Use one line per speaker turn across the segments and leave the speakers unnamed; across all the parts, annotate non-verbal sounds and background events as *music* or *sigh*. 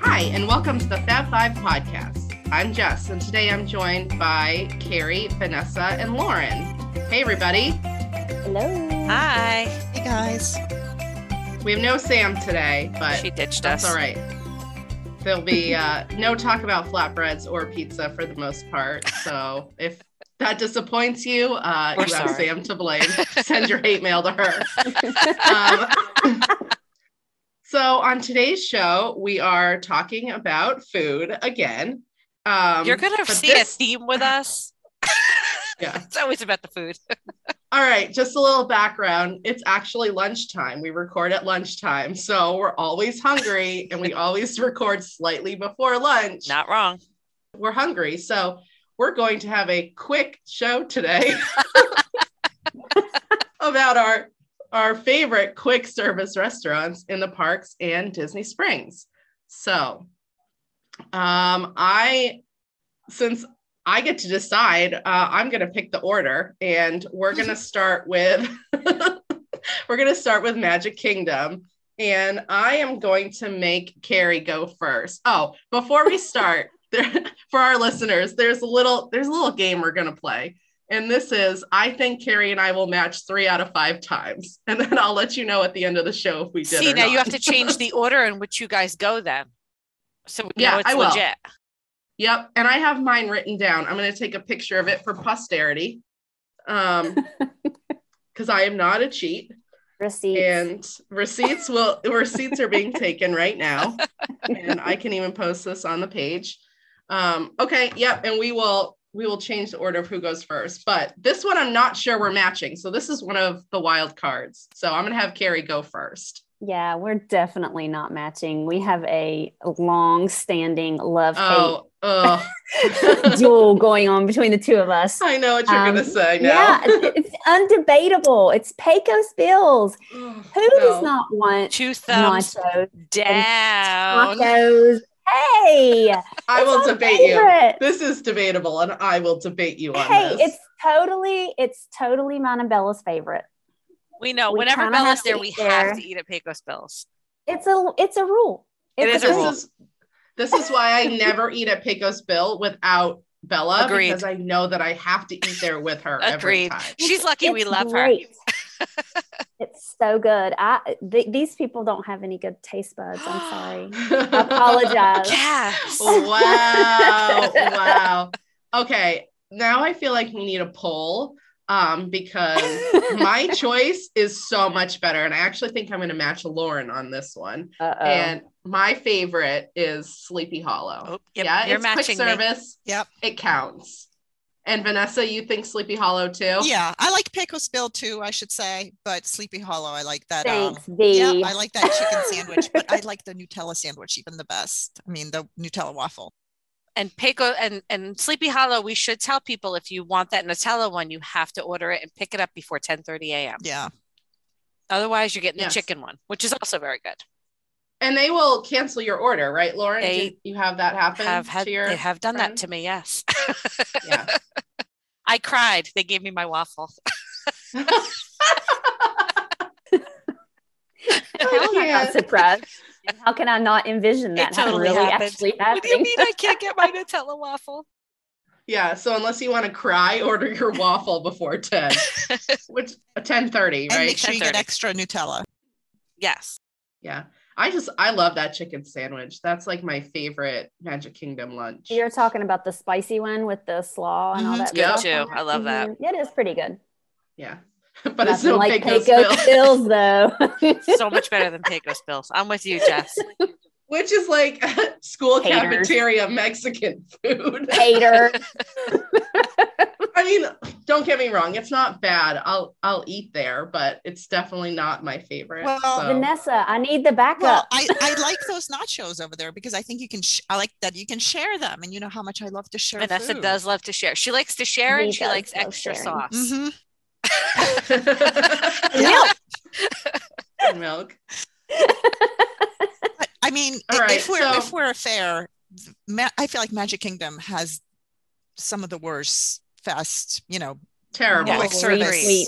Hi, and welcome to the Fab Five podcast. I'm Jess, and today I'm joined by Carrie, Vanessa, and Lauren. Hey, everybody.
Hello.
Hi.
Hey guys.
We have no Sam today, but
she ditched
that's
us.
all right. There'll be uh, no talk about flatbreads or pizza for the most part. So if that disappoints you, uh,
We're
you have
sorry.
Sam to blame. *laughs* Send your hate mail to
*laughs*
her. Um, *laughs* so on today's show, we are talking about food again. Um,
You're gonna
but
see
this-
a theme with us.
*laughs* Yeah.
It's always about
*laughs*
the food.
All right, just a little background. It's actually lunchtime. We record at lunchtime. So we're always hungry and we always *laughs* record slightly before lunch.
Not wrong.
We're hungry. So we're going to have a quick show today about our our favorite quick service restaurants in the parks and Disney Springs. So um I since I get to decide. Uh, I'm going to pick the order, and we're going to
*laughs*
start with *laughs* we're going to start with Magic Kingdom, and I am going to make Carrie go first. Oh, before
*laughs*
we start, there, *laughs* for our listeners, there's a little there's a little game we're going to play, and this is I think Carrie and I will match three out of five times, *laughs* and then I'll let you know at the end of the show if we did.
see,
or
now
not.
you have to
*laughs*
change the order in which you guys go then. So we
Yeah,
know it's
I will.
legit.
Yep. And I have mine written down. I'm going to take a picture of it for posterity. Um,
*laughs*
because I am not a cheat
Receipts.
and receipts will receipts are being taken right now and I can even post this on the page. Um, okay, yep, and we will we will change the order of who goes first. But this one I'm not sure we're matching. So this is one of the wild cards. So I'm gonna have Carrie go first.
yeah, we're definitely not matching. We have a long-standing love hate
Oh, oh *laughs*
*laughs* duel going on between the two of us.
I know what you're
Um,
gonna say
Yeah,
now.
it- it's undebatable. It's Pecos Bills. Who does
Oh, No.
not want
Two
Um,
thumbs
nachos,
down.
tacos? Hey,
I
it's
will
our
debate you.
favorite.
This is debatable, and I will debate you on
Hey,
this.
it's totally, it's totally mine and Bella's favorite.
We know
We
whenever
kinda
Bella's
have to
there,
eat
we
there.
have to eat at Pecos Bills.
It's a, it's a rule.
It
It's
is a
rule.
rule.
this is this is why I never eat at Pecos Bill without Bella
Agreed.
because I know that I have to eat there with her every
Agreed.
time.
She's lucky we
It's
love
great.
*laughs*
it's so good. I th- these people don't have any good taste buds. I'm sorry.
*gasps* her.
*laughs*
Apologize.
Yes.
Oh.
*laughs*
wow. Wow. Okay. Now I feel like we need a poll um,
*laughs*
because my choice is so much better. And I actually think I'm going to match Lauren on this one.
Uh-oh.
And my favorite is Sleepy Hollow.
Oh, yep,
yeah,
you're
it's
matching me.
quick service.
Yep.
It counts. And Vanessa, you think Sleepy Hollow too?
Yeah, I like Pecosville too, I should say, but Sleepy Hollow, I like that. Um,
Thanks, V. *laughs*
yeah, I like that chicken sandwich, but I like the Nutella sandwich even the best. I mean, the Nutella waffle.
and Pecos and, and Sleepy Hollow, we should tell people if you want that Nutella one, you have to order it and pick it up before 10 30 a.m.
Yeah,
Otherwise, you're getting
Yes.
the chicken one, which is also very good.
And they will cancel your order, right, Lauren?
They
Did you have that happen
have had
to your
they have done
friend?
that to me yes *laughs*
yeah.
i cried they gave me my waffle
How am Oh, I not
Yeah.
*laughs*
surprised? How can I not envision that ha-
totally
really
happened.
actually
what do you
happening?
mean i can't get my nutella waffle
Yeah. So unless you want to cry, *laughs* order your waffle before
*laughs*
10, which 10 30,
and
right?
make sure you get
10:30.
extra Nutella.
yes
yeah. I just I love that chicken sandwich. That's like my favorite Magic Kingdom lunch.
You're talking about the spicy one with the slaw and all
Mhm,
that.
it's
good
stuff
too.
on it?
I Mm-hmm.
*laughs*
love that.
Mhm. It is pretty good.
yeah. *laughs* but it's
Nothing
no
like
big Pecos
Pecos
Bill,
Bills, though.
*laughs* so much better than pecos bills i'm with you jess
which is like *laughs* school
Haters.
cafeteria Mexican food.
Hater.
*laughs* I mean, don't get me wrong, it's not bad. I'll I'll eat there, but it's definitely not my favorite.
Well,
so-
Vanessa, I need the
Well,
backup.
I, I like those nachos over there because I think you can. Sh- I like that you can share them, and you know how much I love to share.
vanessa
food.
does love to share she likes to share
He
and she
does
likes
love
extra
sharing.
sauce
*laughs*
Mhm.
*laughs* milk. milk.
But, I mean,
All
i-
right,
if we're
so-
if we're fair, ma- I feel like Magic Kingdom has some of the worst fast, you know,
Terrible.
Yeah.
Little
service.
retweet.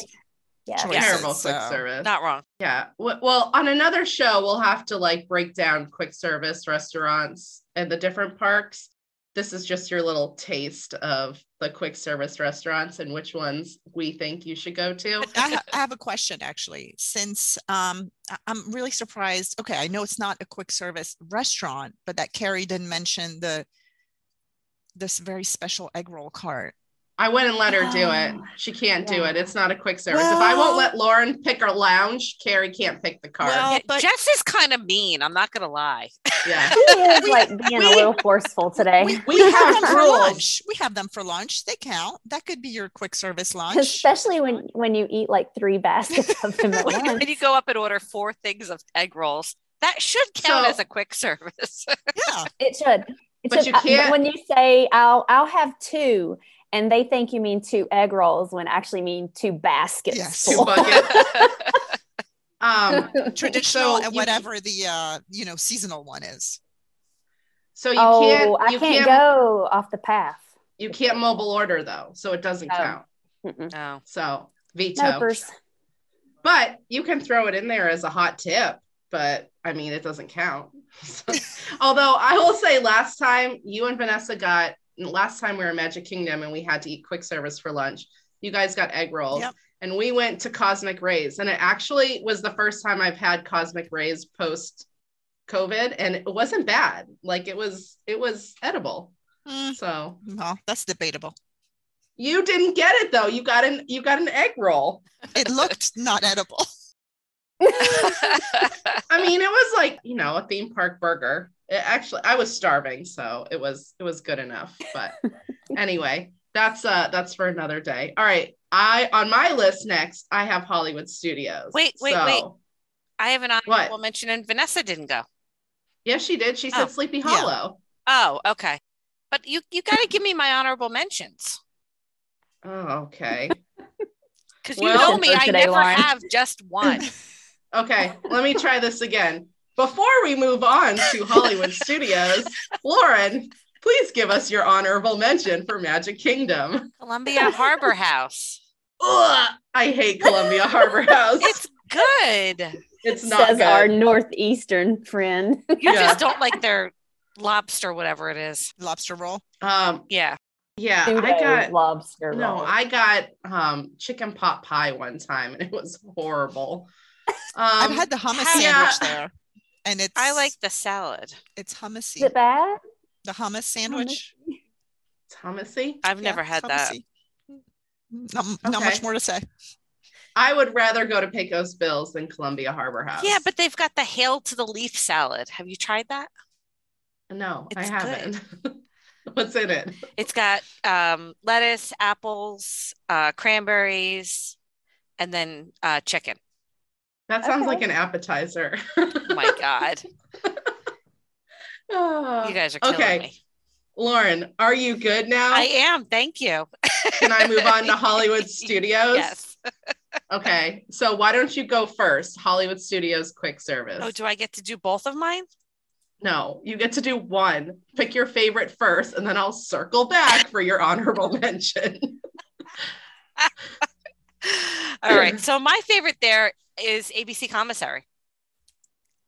Yeah.
Choice. Yes,
Terrible
so-
quick service.
Not wrong.
Yeah. W- Well, on another show, we'll have to like break down quick service restaurants and the different parks. This is just your little taste of the quick service restaurants and which ones we think you should go
*laughs*
to.
I, ha- I have a question actually. Since um, I- I'm really surprised. Okay, I know it's not a quick service restaurant, but that Carrie didn't mention the this very special egg roll cart.
I wouldn't let her do it.
Oh,
She can't do
yeah.
it. It's not a quick service. if I won't
Well-
let Lauren pick her lounge, Carrie can't pick the card.
Well- Oh,
Yeah,
but-
Jess is kind of mean. I'm not gonna lie.
*laughs*
*laughs*
yeah.
She is like being a
we-
little forceful today,
We,
We *laughs* have
them *laughs* for
rules.
lunch. We have them for lunch. They count. That could be your quick service lunch.
especially when when you eat like three baskets of
*laughs*
them at once.
When you go up and order four things of egg rolls, that should count
So-
as a quick service. *laughs*
Yeah.
It should. It
But
should.
you
Uh,
can't-
when you say I'll I'll have two, and they think you mean two egg rolls when actually mean two baskets.
Yes.
Two
full.
buckets. Um,
Traditional
So
and
you-
whatever the uh, you know seasonal one is.
so you
*laughs* oh,
can't
I
you can't,
can't, go off the path.
you can't mobile order though, so it doesn't
Oh.
count. *laughs*
Mm-mm.
*laughs* oh.
So veto.
Nopers.
But you can throw it in there as a hot tip, but I mean, it doesn't count. *laughs* So- although I will say, last time you and Vanessa got, last time we were in Magic Kingdom and we had to eat quick service for lunch, you guys got egg rolls.
Yep.
And we went to Cosmic Rays, and it actually was the first time I've had Cosmic Rays post COVID, and it wasn't bad. Like it was, it was edible.
Mm,
So
well, that's debatable.
you didn't get it though. You got an, you got an egg roll.
It looked not edible. *laughs*
I mean, it was like you know a theme park burger. It actually, I was starving, so it was it was good enough. But anyway, that's uh that's for another day. All right, I on my list next, I have Hollywood Studios.
Wait, wait, wait. I have an honorable mention, and Vanessa didn't go.
Yes, she did. She said
Oh,
Sleepy
yeah.
Hollow.
Oh, okay. But you you got to give me my honorable mentions
Oh, okay,
because you
Well-
know me, I
Today,
never
Lauren.
have just
*laughs*
one.
okay. Let me try this again. Before we move on to
*laughs*
Hollywood Studios, Lauren, please give us your honorable mention for Magic Kingdom.
Columbia Harbor House.
Ugh, I hate Columbia
*laughs*
Harbor House. It's,
It's good.
not
says
good.
our
*laughs*
northeastern friend.
You
*laughs*
Yeah.
just don't like their lobster, whatever it is.
Lobster roll.
Um,
Yeah.
yeah,
Pseudo
I got
lobster.
no,
roll.
I got um chicken pot pie one time and it was
*laughs*
horrible. Um,
I've had the hummus
how-
sandwich there, and it's
I like the salad.
it's hummusy.
Is it bad?
the hummus sandwich.
Thomasy.
I've
Yeah,
never had that.
hummusy. Not, not
Okay.
much more to say.
I would rather go to Pecos Bills than Columbia Harbor House.
Yeah, but they've got the hail to the leaf salad. Have you tried that?
no, I
it's
haven't. *laughs* What's in it?
It's got um, lettuce, apples, uh, cranberries, and then uh, chicken.
That sounds
Okay.
like an appetizer. *laughs*
Oh my God. You guys are killing
Okay.
me.
Ah, Lauren, are you good now?
I am. Thank you.
Can I move
*laughs*
on to Hollywood Studios?
Yes.
Okay. So why don't you go first? Hollywood Studios quick service.
Oh, do I get to do both
*sighs*
of mine?
No, you get to do one. Pick your favorite first, and then I'll circle back for your honorable *laughs* mention.
All right. So my favorite there is ABC Commissary.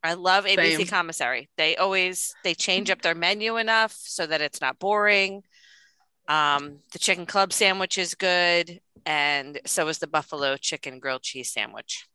I love ABC
Same. Mm-hmm.
Commissary. They always they change up their menu enough so that it's not boring. Um, the chicken club sandwich is good, and so is the buffalo chicken grilled cheese sandwich.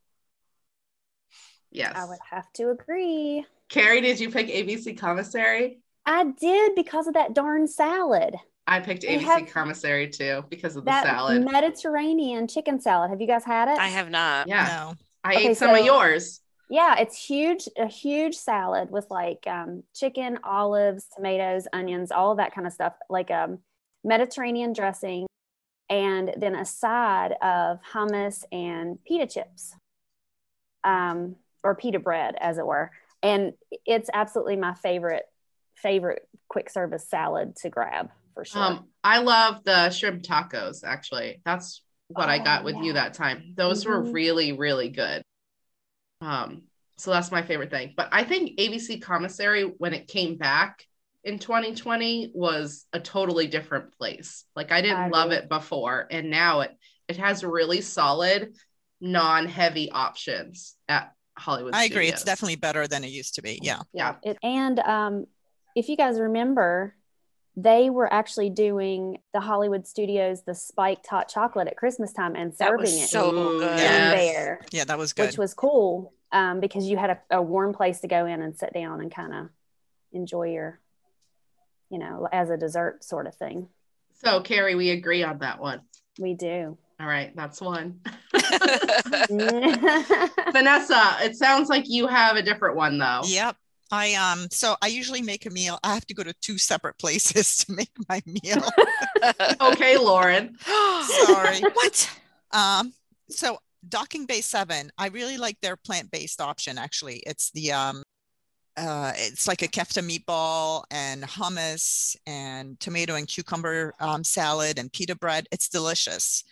Yes.
I would have to agree.
Carrie, did you pick ABC Commissary?
I did because of that darn salad.
I picked
They
ABC
have-
Commissary too because of the
that
salad.
Mediterranean chicken salad. Have you guys had it?
I have not.
yeah,
No.
I
Okay,
ate some of
so-
yours.
Yeah, it's huge, a huge salad with like um, chicken, olives, tomatoes, onions, all of that kind of stuff, like um, Mediterranean dressing, and then a side of hummus and pita chips, um, or pita bread, as it were. And it's absolutely my favorite, favorite quick service salad to grab for sure.
Um, I love the shrimp tacos. Actually, that's what I
Oh,
got with you
yeah.
that time. Those were
Mhm.
really, really good. Um, so that's my favorite thing. But I think ABC Commissary, when it came back in 2020, was a totally different place. Like I didn't
I
love
agree.
it before, and now it it has really solid non-heavy options at Hollywood.
I agree. It's
studios.
definitely better than it used to be. Yeah.
yeah.
It, and um, if you guys remember, they were actually doing the Hollywood Studios the spiked hot chocolate at Christmas time and
That
serving
was
it
so
Ooh,
good.
in
yes. *laughs*
there,
Yeah, that was good.
which was cool um, because you had a, a warm place to go in and sit down and kind of enjoy your, you know, as a dessert sort of thing.
So Carrie, we agree on that one.
We
*laughs*
do. *laughs*
All right, that's one.
Mm.
Vanessa, it sounds like you have a different one though.
Yep. I um so I usually make a meal. I have to go to two separate *laughs* places to make my meal.
Okay, Lauren.
Sorry.
*laughs* What?
Um so Docking Bay 7, I really like their plant-based option actually. It's the um uh it's like a kefta meatball and hummus and tomato and cucumber um, salad and pita bread. It's delicious.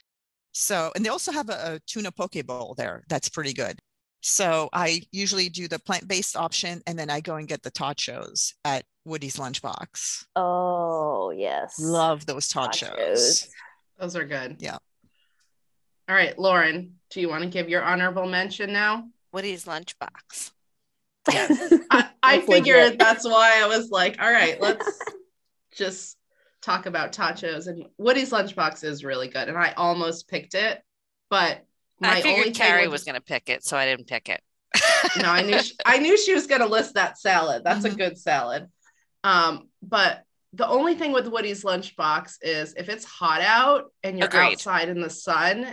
So and they also have a, a tuna poke bowl there. That's pretty good. So I usually do the plant-based option and then I go and get the tachos at Woody's Lunchbox.
oh, yes.
Love those tachos.
Tachos.
Those are good.
Yeah.
All right, Lauren, do you want to give your honorable mention now?
*laughs* *gasps* Woody's lunchbox.
*laughs*
*laughs*
I, I
That's legit.
figured that's why I was like, all right, let's just talk about tachos. And Woody's lunchbox is really good. And I almost picked it, but my
I
only
figured
thing
Carrie was going to pick it, so I didn't pick it.
no, I
*laughs*
knew she, I knew she was gonna list that salad. That's a
Mm-hmm.
Mhm.
good salad. Um, but the only thing with Woody's lunchbox is if it's hot out and you're
Agreed.
outside in the sun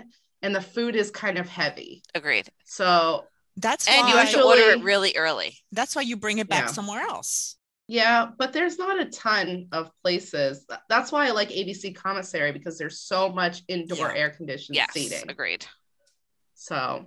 and the food is kind of heavy.
Agreed.
So
That's
And
why
you have to order it
Actually-
really early.
that's why you bring it back
Yeah.
somewhere else.
yeah, but there's not a ton of places. Th- That's why I like ABC commissary because there's so much indoor
Yeah.
air conditioned
Yes,
seating.
agreed.
So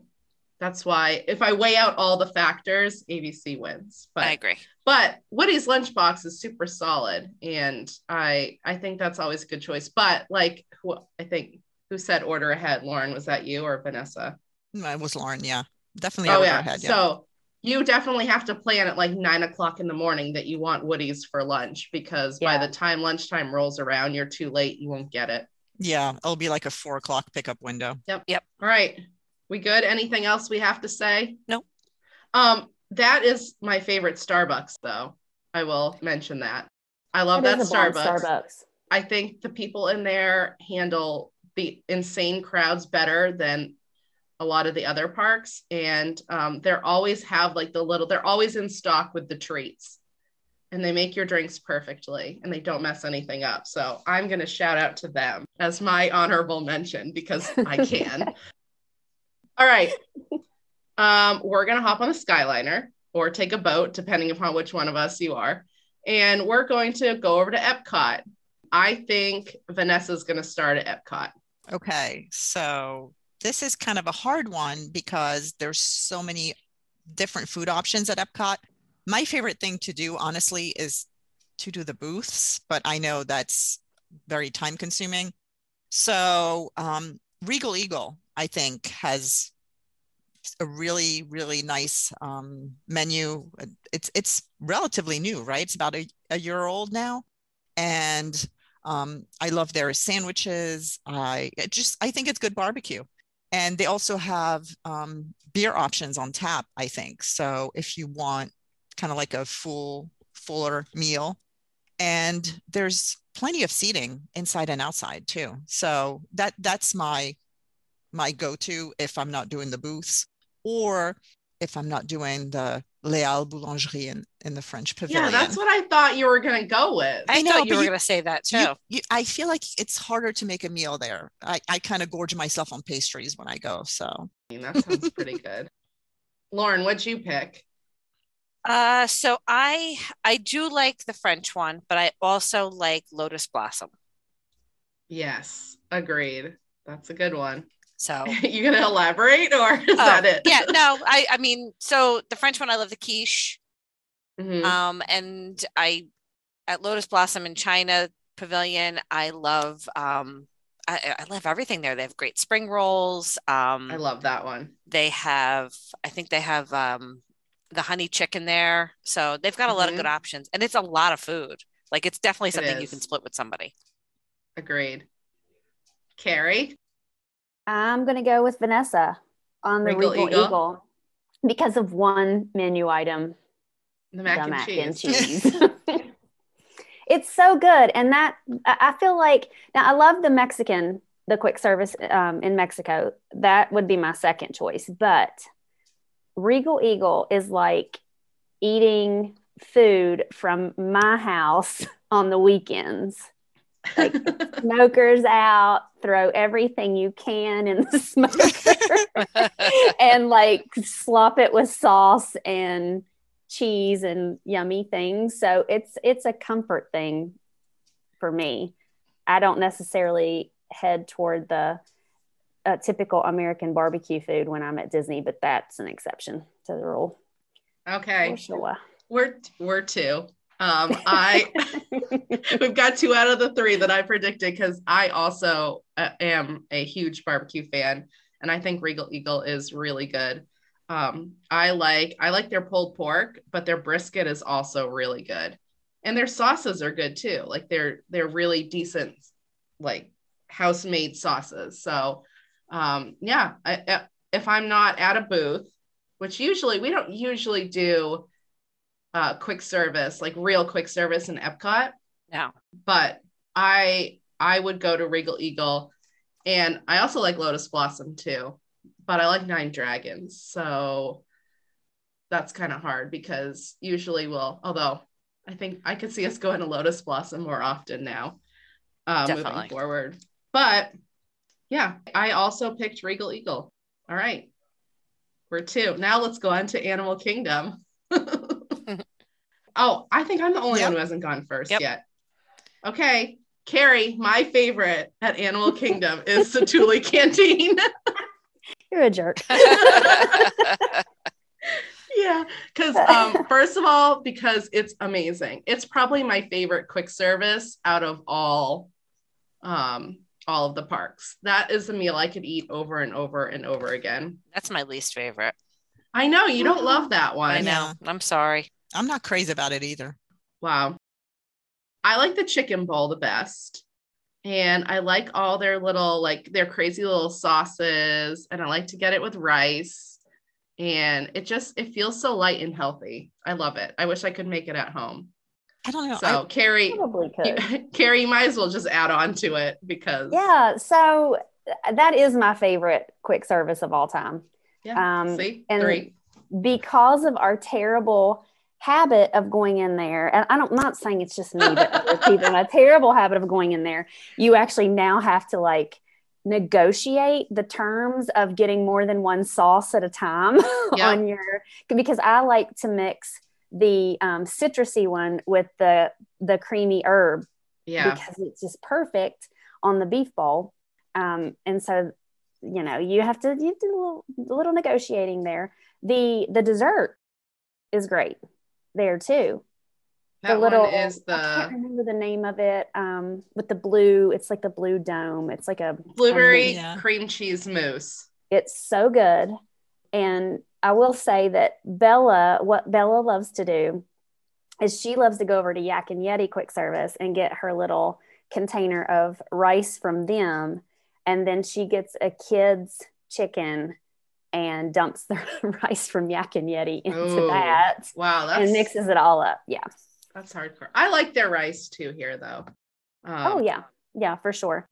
that's why if I weigh out all the factors, ABC wins. But
I agree.
but Woody's lunchbox is super solid, and I I think that's always a good choice. But like who I think who said order ahead, Lauren was that you or Vanessa?
No, It was Lauren, yeah. Definitely
oh
over
yeah.
her head, yeah.
So you definitely have to plan at like nine o'clock in the morning that you want Woody's for lunch because by
Yeah.
the time lunchtime rolls around, you're too late. You won't get it.
yeah, it'll be like a four o'clock pickup window.
All right. We good? Anything else we have to say?
Nope.
Um, that is my favorite Starbucks though. I will mention that. I love
That
that,
is a bomb
Starbucks.
Starbucks.
I think the people in there handle the insane crowds better than a lot of the other parks. And um, they're always have like the little, they're always in stock with the treats and they make your drinks perfectly and they don't mess anything up. So I'm going to shout out to them as my honorable mention because I can. All right. Um, we're going to hop on a Skyliner or take a boat, depending upon which one of us you are. And we're going to go over to Epcot. I think Vanessa's going to start at Epcot.
Okay. So this is kind of a hard one because there's so many different food options at Epcot. My favorite thing to do, honestly, is to do the booths, but I know that's very time consuming. So um, Regal Eagle, I think, has a really, really nice um, menu. It's it's relatively new, right? It's about a, a year old now. And um, I love their sandwiches. I it just I think it's good barbecue, and they also have um, beer options on tap. I think so if you want kind of like a full fuller meal, and there's plenty of seating inside and outside too. So that that's my my go-to if I'm not doing the booths or if I'm not doing the Leal Boulangerie in, in the French
Yeah,
Pavilion.
that's what I thought you were going to go with.
I,
I know,
thought you
but
were
you-
going to say that too.
you- you- I feel like it's harder to make a meal there. I, I kind of gorge myself on pastries when I go. So
I mean, that sounds pretty
*laughs*
good. Lauren, what'd you pick?
Uh, so I I do like the French one, but I also like Lotus Blossom.
Yes, agreed. That's a good one. *laughs*
So
you gonna elaborate or is
Oh,
that it?
yeah,
*laughs*
no, I I mean, so the French one, I love the quiche.
Mhm.
Um, and I at Lotus Blossom in China Pavilion, I love um I, I love everything there. They have great spring rolls. Um,
I love that one.
they have i think they have um the honey chicken there so they've got a lot of good options and it's a lot of food like it's definitely something you can
is.
split with somebody
Agreed. Carrie.
I'm going to go with Vanessa. on the
Regal
Regal,
Eagle?
Eagle. because of one menu item,
The mac,
the
and,
mac
cheese.
and cheese. *laughs* it's so good, and that I I feel like now I love the Mexican, the quick service um, in Mexico. That would be my second choice, but Regal Eagle is like eating food from my house *laughs* on the weekends. smokers out, throw everything you can in the *laughs* smoker and like slop it with sauce and cheese and yummy things. So it's it's a comfort thing for me. I don't necessarily head toward the uh, typical American barbecue food when I'm at Disney, but that's an exception to the rule.
*laughs* okay,
For sure. *laughs*
we're we're two. Um, I *laughs* we've got two out of the three that I predicted because I also uh, am a huge barbecue fan, and I think Regal Eagle is really good. Um, I like I like their pulled pork, but their brisket is also really good, and their sauces are good too. Like they're they're really decent, like house made sauces. So, um, yeah, I, I- if I'm not at a booth, which usually we don't usually do uh, quick service, like real quick service in Epcot.
No.
But I I would go to Regal Eagle, and I also like Lotus Blossom too, but I like Nine Dragons, so that's kind of hard because usually we'll. Although I think I could see us going to Lotus Blossom more often now, uh, moving
Definitely.
forward. But yeah, I also picked Regal Eagle. All right, we're two. Now let's go on to Animal Kingdom. oh, I think I'm the only
Yep.
one who hasn't gone first
Yep.
yet. Okay, Carrie, my favorite at Animal Kingdom is the Thule Canteen. *laughs*
You're a jerk.
yeah, because um, first of all, because it's amazing. It's probably my favorite quick service out of all, um, all of the parks. That is a meal I could eat over and over and over again.
That's my least favorite.
I know you don't love that one.
I know. I'm sorry.
I'm not crazy about it either.
Wow. I like the chicken bowl the best. And I like all their little, like their crazy little sauces. And I like to get it with rice. And it just, it feels so light and healthy. I love it. I wish I could make it at home.
I don't know.
so,
I-
Carrie, *laughs*
Probably could.
you, Carrie, you might as well just add on to it because
Yeah, so uh, that is my favorite quick service of all time.
Yeah,
um,
see,
and-
three.
because of our terrible habit of going in there and i don't I'm not saying it's just me but other people have a terrible habit of going in there you actually now have to like negotiate the terms of getting more than one sauce at a time *laughs*
Yeah.
on your because i like to mix the um, citrusy one with the the creamy herb
Yeah.
because it's just perfect on the beef bowl. Um, and so, you know, you have to you have to do a little, a little negotiating there. The the dessert is great there too.
That
the little
one is
I can't
the
remember the name of it. Um, with the blue, it's like the blue dome. It's like a
blueberry
Yeah.
cream cheese mousse.
it's so good. And I will say that Bella, what Bella loves to do is she loves to go over to Yak and Yeti quick service and get her little container of rice from them. And then she gets a kid's chicken and dumps the *laughs* rice from Yak and Yeti into
Ooh,
that
Wow. That's
and mixes it all up. Yeah.
That's hardcore. I like their rice too here though. Um,
oh, yeah. Yeah, for sure.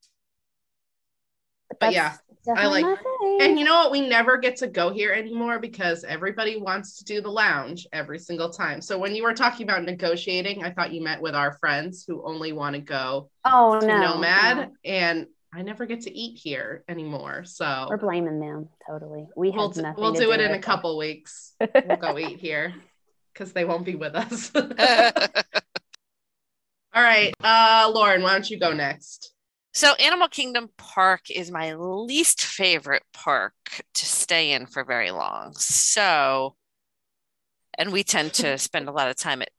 But yeah,
that's
I
definitely
like-
my thing.
And you know what? We never get to go here anymore because everybody wants to do the lounge every single time. So when you were talking about negotiating, I thought you meant with our friends who only want to go
oh,
to
no.
Nomad,
no.
and I never get to eat here anymore.
We're
So
blaming them totally. We have
we'll, t-
nothing.
we'll
to
do, it in
with
a couple weeks. *laughs* We'll go eat here because they won't be with us. *laughs* All right, uh, Lauren, why don't you go next?
So, Animal Kingdom Park is my least favorite park to stay in for very long. So, and we tend to spend a lot of time at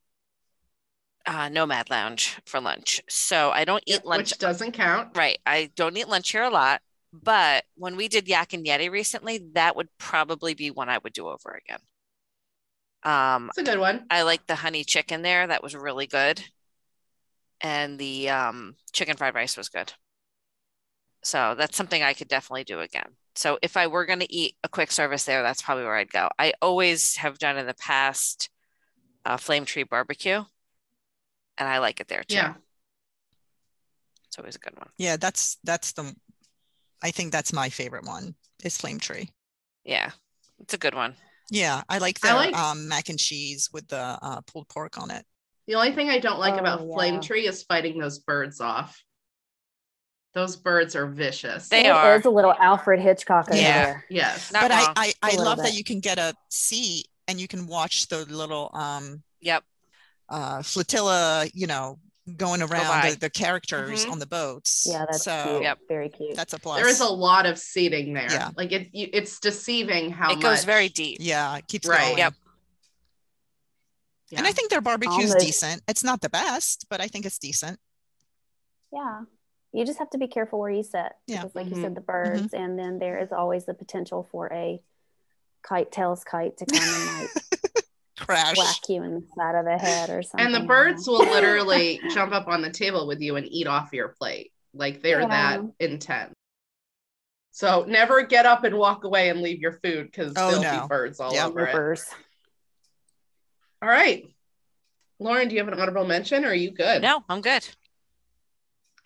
uh, Nomad Lounge for lunch. So, I don't eat lunch
Which doesn't count.
Right. I don't eat lunch here a lot, but when we did Yak and Yeti recently, that would probably be one I would do over again. Um,
It's a good one.
I like the honey chicken there. That was really good. And the um, chicken fried rice was good. So that's something I could definitely do again. So if I were going to eat a quick service there, that's probably where I'd go. I always have done in the past uh, Flame Tree Barbecue, and I like it there too.
Yeah.
It's always a good one.
Yeah, that's that's the I think that's my favorite one is Flame Tree.
Yeah, it's a good one.
Yeah, I like
I
their
like-
um, mac and cheese with the uh, pulled pork on it.
The only thing I don't like
Oh,
about Flame
yeah.
Tree is fighting those birds off. Those birds are vicious.
They
It
are.
is a little Alfred Hitchcock over
Yeah.
there.
yes.
Not
but I
wrong.
I,
A
I
little
love that
bit.
you can get a seat and you can watch the little um
Yep.
uh flotilla, you know, going around
by.
the, the characters
Mhm.
on the boats.
Yeah, that's
so
cute.
Yep.
Very cute.
that's a plus.
There is a lot of seating there.
Yeah.
Like it, you, it's deceiving how
it goes
much-
very deep.
yeah, it keeps
Right.
going.
Yep.
Yeah.
And I think their barbecue's
Almost.
decent. It's not the best, but I think it's decent.
Yeah. You just have to be careful where you sit.
Yeah.
Because like
Mhm.
you said, the birds, and then there is always the potential for a kite tails kite to come and like
*laughs*
Crash.
whack you in the side of the head or something.
and the
I don't
birds
know.
*laughs*
will
*laughs*
literally jump up on the table with you and eat off your plate. Like they're
Yeah.
that intense. So never get up and walk away and leave your food because
Oh,
there'll
no.
be birds all
Yeah.
over it.
Rippers.
All right. Lauren, do you have an honorable mention or are you good?
No, I'm good.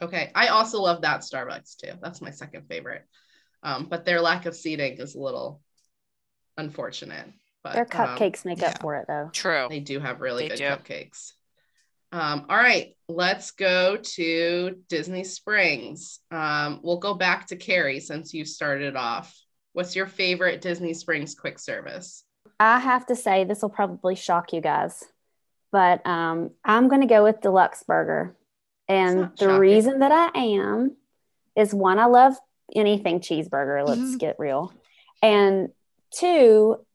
Okay. I also love that Starbucks too. That's my second favorite. Um, but their lack of seating is a little unfortunate. But
Their
um,
cupcakes make
yeah.
up for it though.
True.
They do have really
They
good
do.
cupcakes. Um, all right, let's go to Disney Springs. Um, we'll go back to Carrie since you started off. What's your favorite Disney Springs quick service?
I have to say this will probably shock you guys, but um, I'm going to go with deluxe burger, and
not
the
shocking.
reason that I am is one, I love anything cheeseburger. Let's
Mm-hmm.
Mhm.
get real, and two,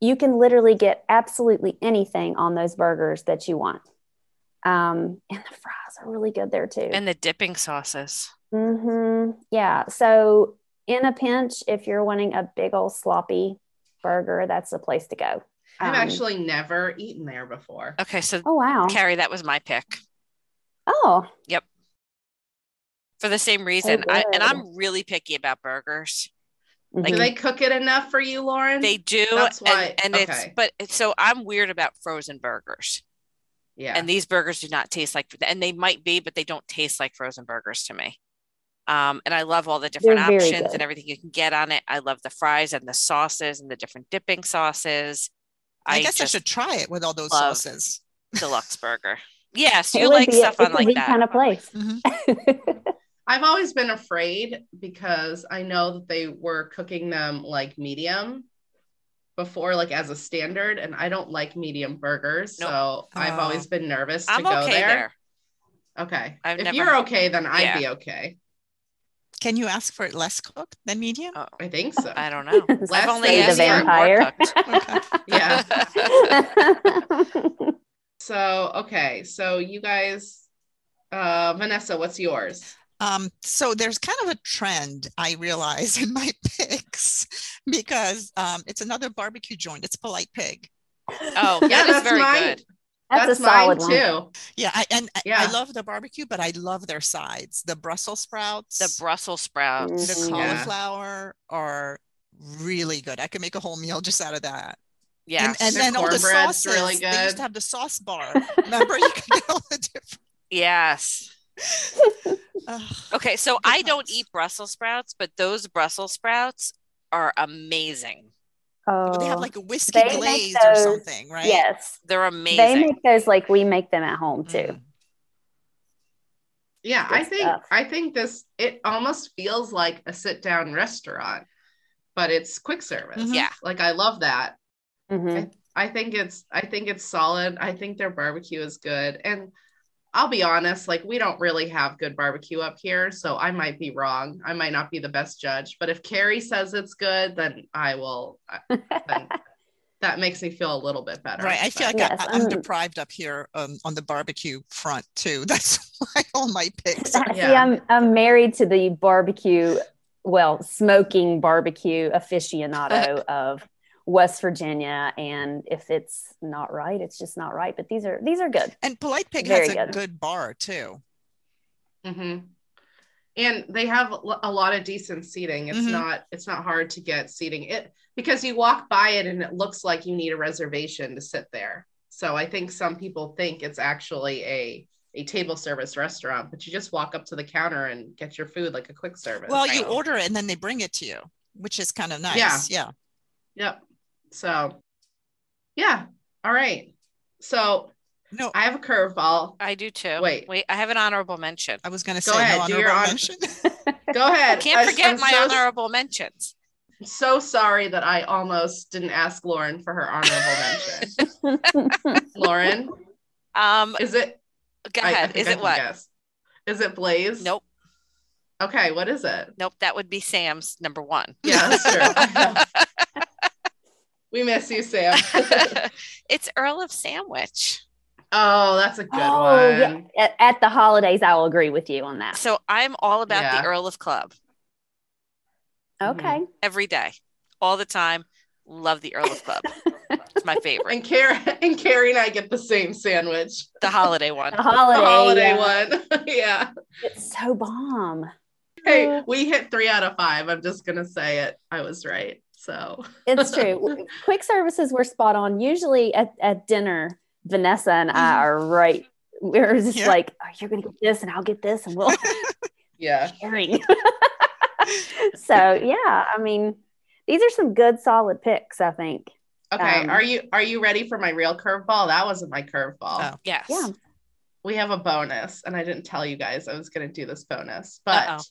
you can literally get absolutely anything on those burgers that you want, um, and the fries are really good there too.
And the dipping sauces.
hmm Yeah. So in a pinch, if you're wanting a big old sloppy burger, that's the place to go.
I've
Um,
actually never eaten there before.
Okay, so
Oh wow.
Carrie, that was my pick
Oh,
for the same reason. I, and
good.
I'm really picky about burgers.
Do
Like-
Mm-hmm.
they cook it enough for you, Lauren?
They do,
That's why-
and, and it's
okay.
but it's- so I'm weird about frozen burgers.
yeah.
and these burgers do not taste like and they might be but they don't taste like frozen burgers to me um, and i love all the different
They're very
options
good.
and everything you can get on it i love the fries and the sauces and the different dipping sauces
I, guess I
just
should try it with all those
love-
sauces.
deluxe
*laughs*
burger yes
it
you
would
like
be
stuff
a,
on
it's a
like
big
that
kind of place.
Mhm.
Mm-hmm. I've always been afraid because I know that they were cooking them like medium before, like as a standard, and I don't like medium burgers,
Nope.
so I've
Oh.
always been nervous to
i'm
go
okay
there.
there
Okay,
I've
if
never-
you're okay, then I'd
Yeah.
be okay.
Can you ask for it less cooked than medium?
Oh.
I think so.
i don't
*laughs*
know
Let's
i've only
say the
asked for more
vampire.
cooked.
*laughs*
*laughs* Okay.
*laughs*
yeah.
oh,
So okay, so you guys, uh, Vanessa, what's yours?
Um, so there's kind of a trend I realize *laughs* in my picks *laughs* because um, it's another barbecue joint. It's Polite Pig.
oh
Yeah,
that is
that's
very
mine.
good
*laughs* That's, a solid one.
too.
Yeah, I, and I-
Yeah.
I love the barbecue, but I love their sides. The Brussels sprouts,
the brussels sprouts
the
Mm. Yeah.
cauliflower are really good. I could make a whole meal just out of that.
yeah
And, and
The
then all the
cornbread's
sauces.
really
They used
good.
to have the
*laughs*
sauce bar. Remember, you could get all the different.
*laughs* yes
Ugh.
Okay, so
Good
I don't
times.
eat Brussels sprouts, but those Brussels sprouts are amazing.
Oh,
They have like a whiskey
They make
glaze or
those-
something, right?
yes.
They're amazing.
They make those like we make them at home too.
Mm.
Yeah,
Good
I think
stuff.
I think this it almost feels like a sit down restaurant, but it's quick service.
Mhm.
Yeah.
Like I love that. Mm.
Mhm.
I think it's I think it's solid. I think their barbecue is good. And I'll be honest, like we don't really have good barbecue up here, so I might be wrong. I might not be the best judge, but if Carrie says it's good, then I will I-
*laughs*
then that makes me feel a little bit better.
Right. I feel
But-
like
Yes,
I, I'm
um,
deprived up here um, on the barbecue front too. *laughs* That's why all my
*laughs*
picks. are-
That- See,
Yeah.
I'm I'm married to the barbecue, well, smoking
*laughs*
barbecue aficionado of West Virginia, and if it's not right, it's just not right. But these are these are good.
And Polite Pig
Very
has a
good.
good bar too.
Mhm. and they have l- a lot of decent seating. It's
Mm-hmm.
Mhm.
not it's not hard to get seating it because you walk by it and it looks like you need a reservation to sit there. So I think some people think it's actually a a table service restaurant, but you just walk up to the counter and get your food like a quick service.
Well, you
So-
order it and then they bring it to you, which is kind of nice.
Yeah.
yeah.
Yep. So yeah. All right. So
No,
I have a curveball.
I do too.
Wait.
Wait, I have an honorable mention.
I was going to
Go
say
ahead,
no
do your
honorable
honor- *laughs*
mention.
Go ahead.
Can't forget
I'm
my
so,
honorable mentions.
So sorry that I almost didn't ask Lauren for her honorable mention.
*laughs*
Lauren,
Um,
is it?
go
I- I
ahead.
think
Is
I
it
can
what?
guess. Is it Blaze?
Nope.
Okay. What is
*laughs*
it?
Nope. That would be Sam's number one.
Yeah, that's true.
*laughs*
we miss you, Sam.
*laughs* it's Earl of Sandwich.
oh, that's a good one.
Oh, yeah. at, at the holidays, I will agree with you on that.
So I'm all about
Yeah.
the Earl of Club
mm-hmm.
Okay.
every day, all the time. Love the Earl of Club. it's my favorite.
And Carrie *laughs* and Carrie and I get the same sandwich.
The
*laughs*
holiday one.
The holiday,
the holiday
yeah.
one. *laughs* yeah.
It's so bomb.
Hey, we hit three out of five. I'm just gonna say it. I was right. So *laughs*
It's true. Quick services were spot on. Usually at, at dinner, Vanessa and I
Mhm.
are right. We're just
Yeah.
like, oh, you're going to get this and I'll get this and we'll
yeah,
sharing. *laughs* so, yeah, I mean, these are some good, solid picks, I think.
okay.
Um,
are you are you ready for my real curveball? That wasn't my curveball.
Oh.
Yes.
Yeah.
We have a bonus, and I didn't tell you guys I was gonna do this bonus. But
Uh-oh.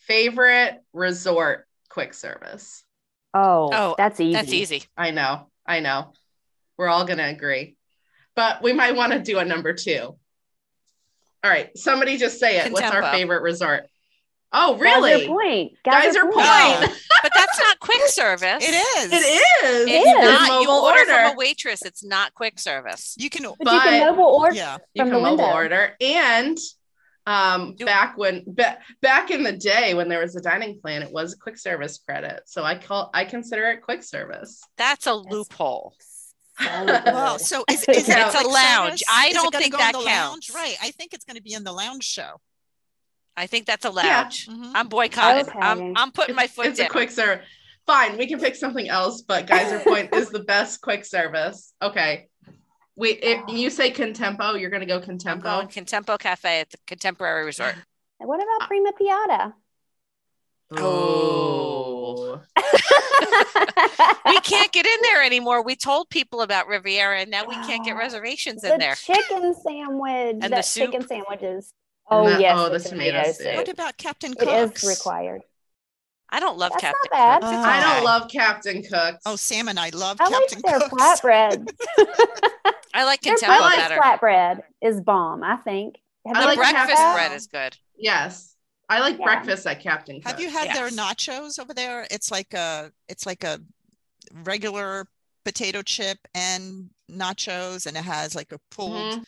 favorite resort quick service.
Oh,
Oh,
that's easy.
That's easy.
I know, I know. We're all gonna agree, but we might want to do a number two. All right, somebody just say it. What's our
Contempo.
favorite resort? Oh,
Guys are
really?
point.
Guys, are
point.
point.
No. But that's not quick service.
it is.
It is.
It's
is.
not. You
Mobile
order, from
order.
a waitress. It's not quick service.
You can,
But, you can
But-
mobile order.
yeah.
you
from
can
the
mobile
window.
order and um
Do-
back when ba- back in the day when there was a dining plan it was a quick service credit so i call i consider it quick service
That's a loophole.
So
Well,
good.
*laughs* so is, is it
Now-
quick
It's a lounge.
service?
I
Is it
don't
gonna
think
go in
that
the
counts.
Lounge? Right. I think it's going to be in the lounge show.
I think that's allowed.
Mhm.
I'm boycotted.
Okay.
I'm, I'm putting my
It's-
foot
it's
down.
a quick service fine we can pick something else but geyser point is the best quick service okay we if you say contempo you're gonna go
I'm
contempo
going Contempo Cafe at the Contemporary Resort.
And what about Prima Piata?
oh
*laughs*
*laughs*
we can't get in there anymore. We told people about Riviera, and now we can't
*sighs*
get
Oh,
reservations
the
in there.
chicken sandwich.
the
that
soup.
chicken sandwiches. Oh
the-
yes,
oh, the tomato
tomato,
soup.
soup.
What about Captain
It is
Cook's?
required.
I don't love
That's not
Captain.
bad.
Cook. Ah.
Oh.
i
Okay.
don't love captain cooks
Oh, Sam and I love
I
Captain
like their
Cook's. *laughs*
flatbread.
I like
their
Contempo
like
breakfast
better.
flatbread is bomb. I think. Have
I
you
The
like
tried
breakfast
that?
bread is good.
yes i like
Yeah.
breakfast at captain cooks
Have you had their
Yes.
nachos over there? It's like a it's like a regular potato chip and nachos, and it has like a pulled
Mhm.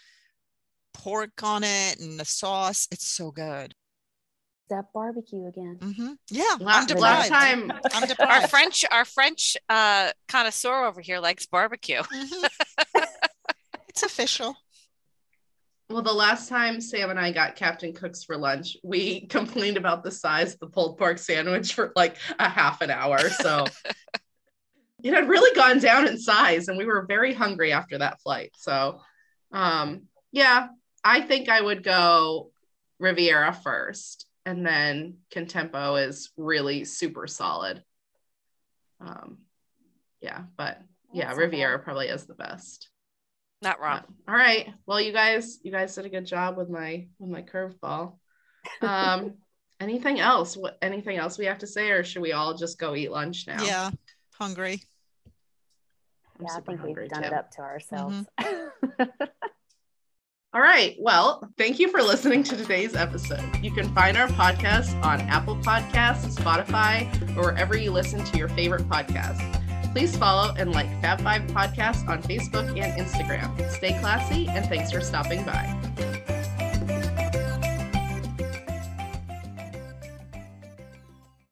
pork on it and the sauce. It's so good.
That barbecue again.
hmm Yeah,
La-
I'm
last
deprived.
time
I'm *laughs*
Our
deprived.
French, our French uh, connoisseur over here likes barbecue.
Mhm. it's official.
Well, the last time Sam and I got Captain Cook's for lunch, we *laughs* complained about the size of the pulled pork sandwich for like a half an hour. So it had really gone down in size, and we were very hungry after that flight. So, um, yeah, I think I would go Riviera first, and then Contempo is really super solid. Um, yeah, but yeah,
That's
Riviera probably is the best.
Not wrong.
All right. Well, you guys, you guys did a good job with my with my curveball. Um, anything else? What anything else we have to say, or should we all just go eat lunch now?
Yeah, hungry.
I'm
Yeah, I
super
think
hungry,
we've done
too.
it up to
Mm-hmm.
ourselves. *laughs*
All right. Well, thank you for listening to today's episode. You can find our podcast on Apple Podcasts, Spotify, or wherever you listen to your favorite podcast. Please follow and like Fab Five Podcasts on Facebook and Instagram. Stay classy, and thanks for stopping by.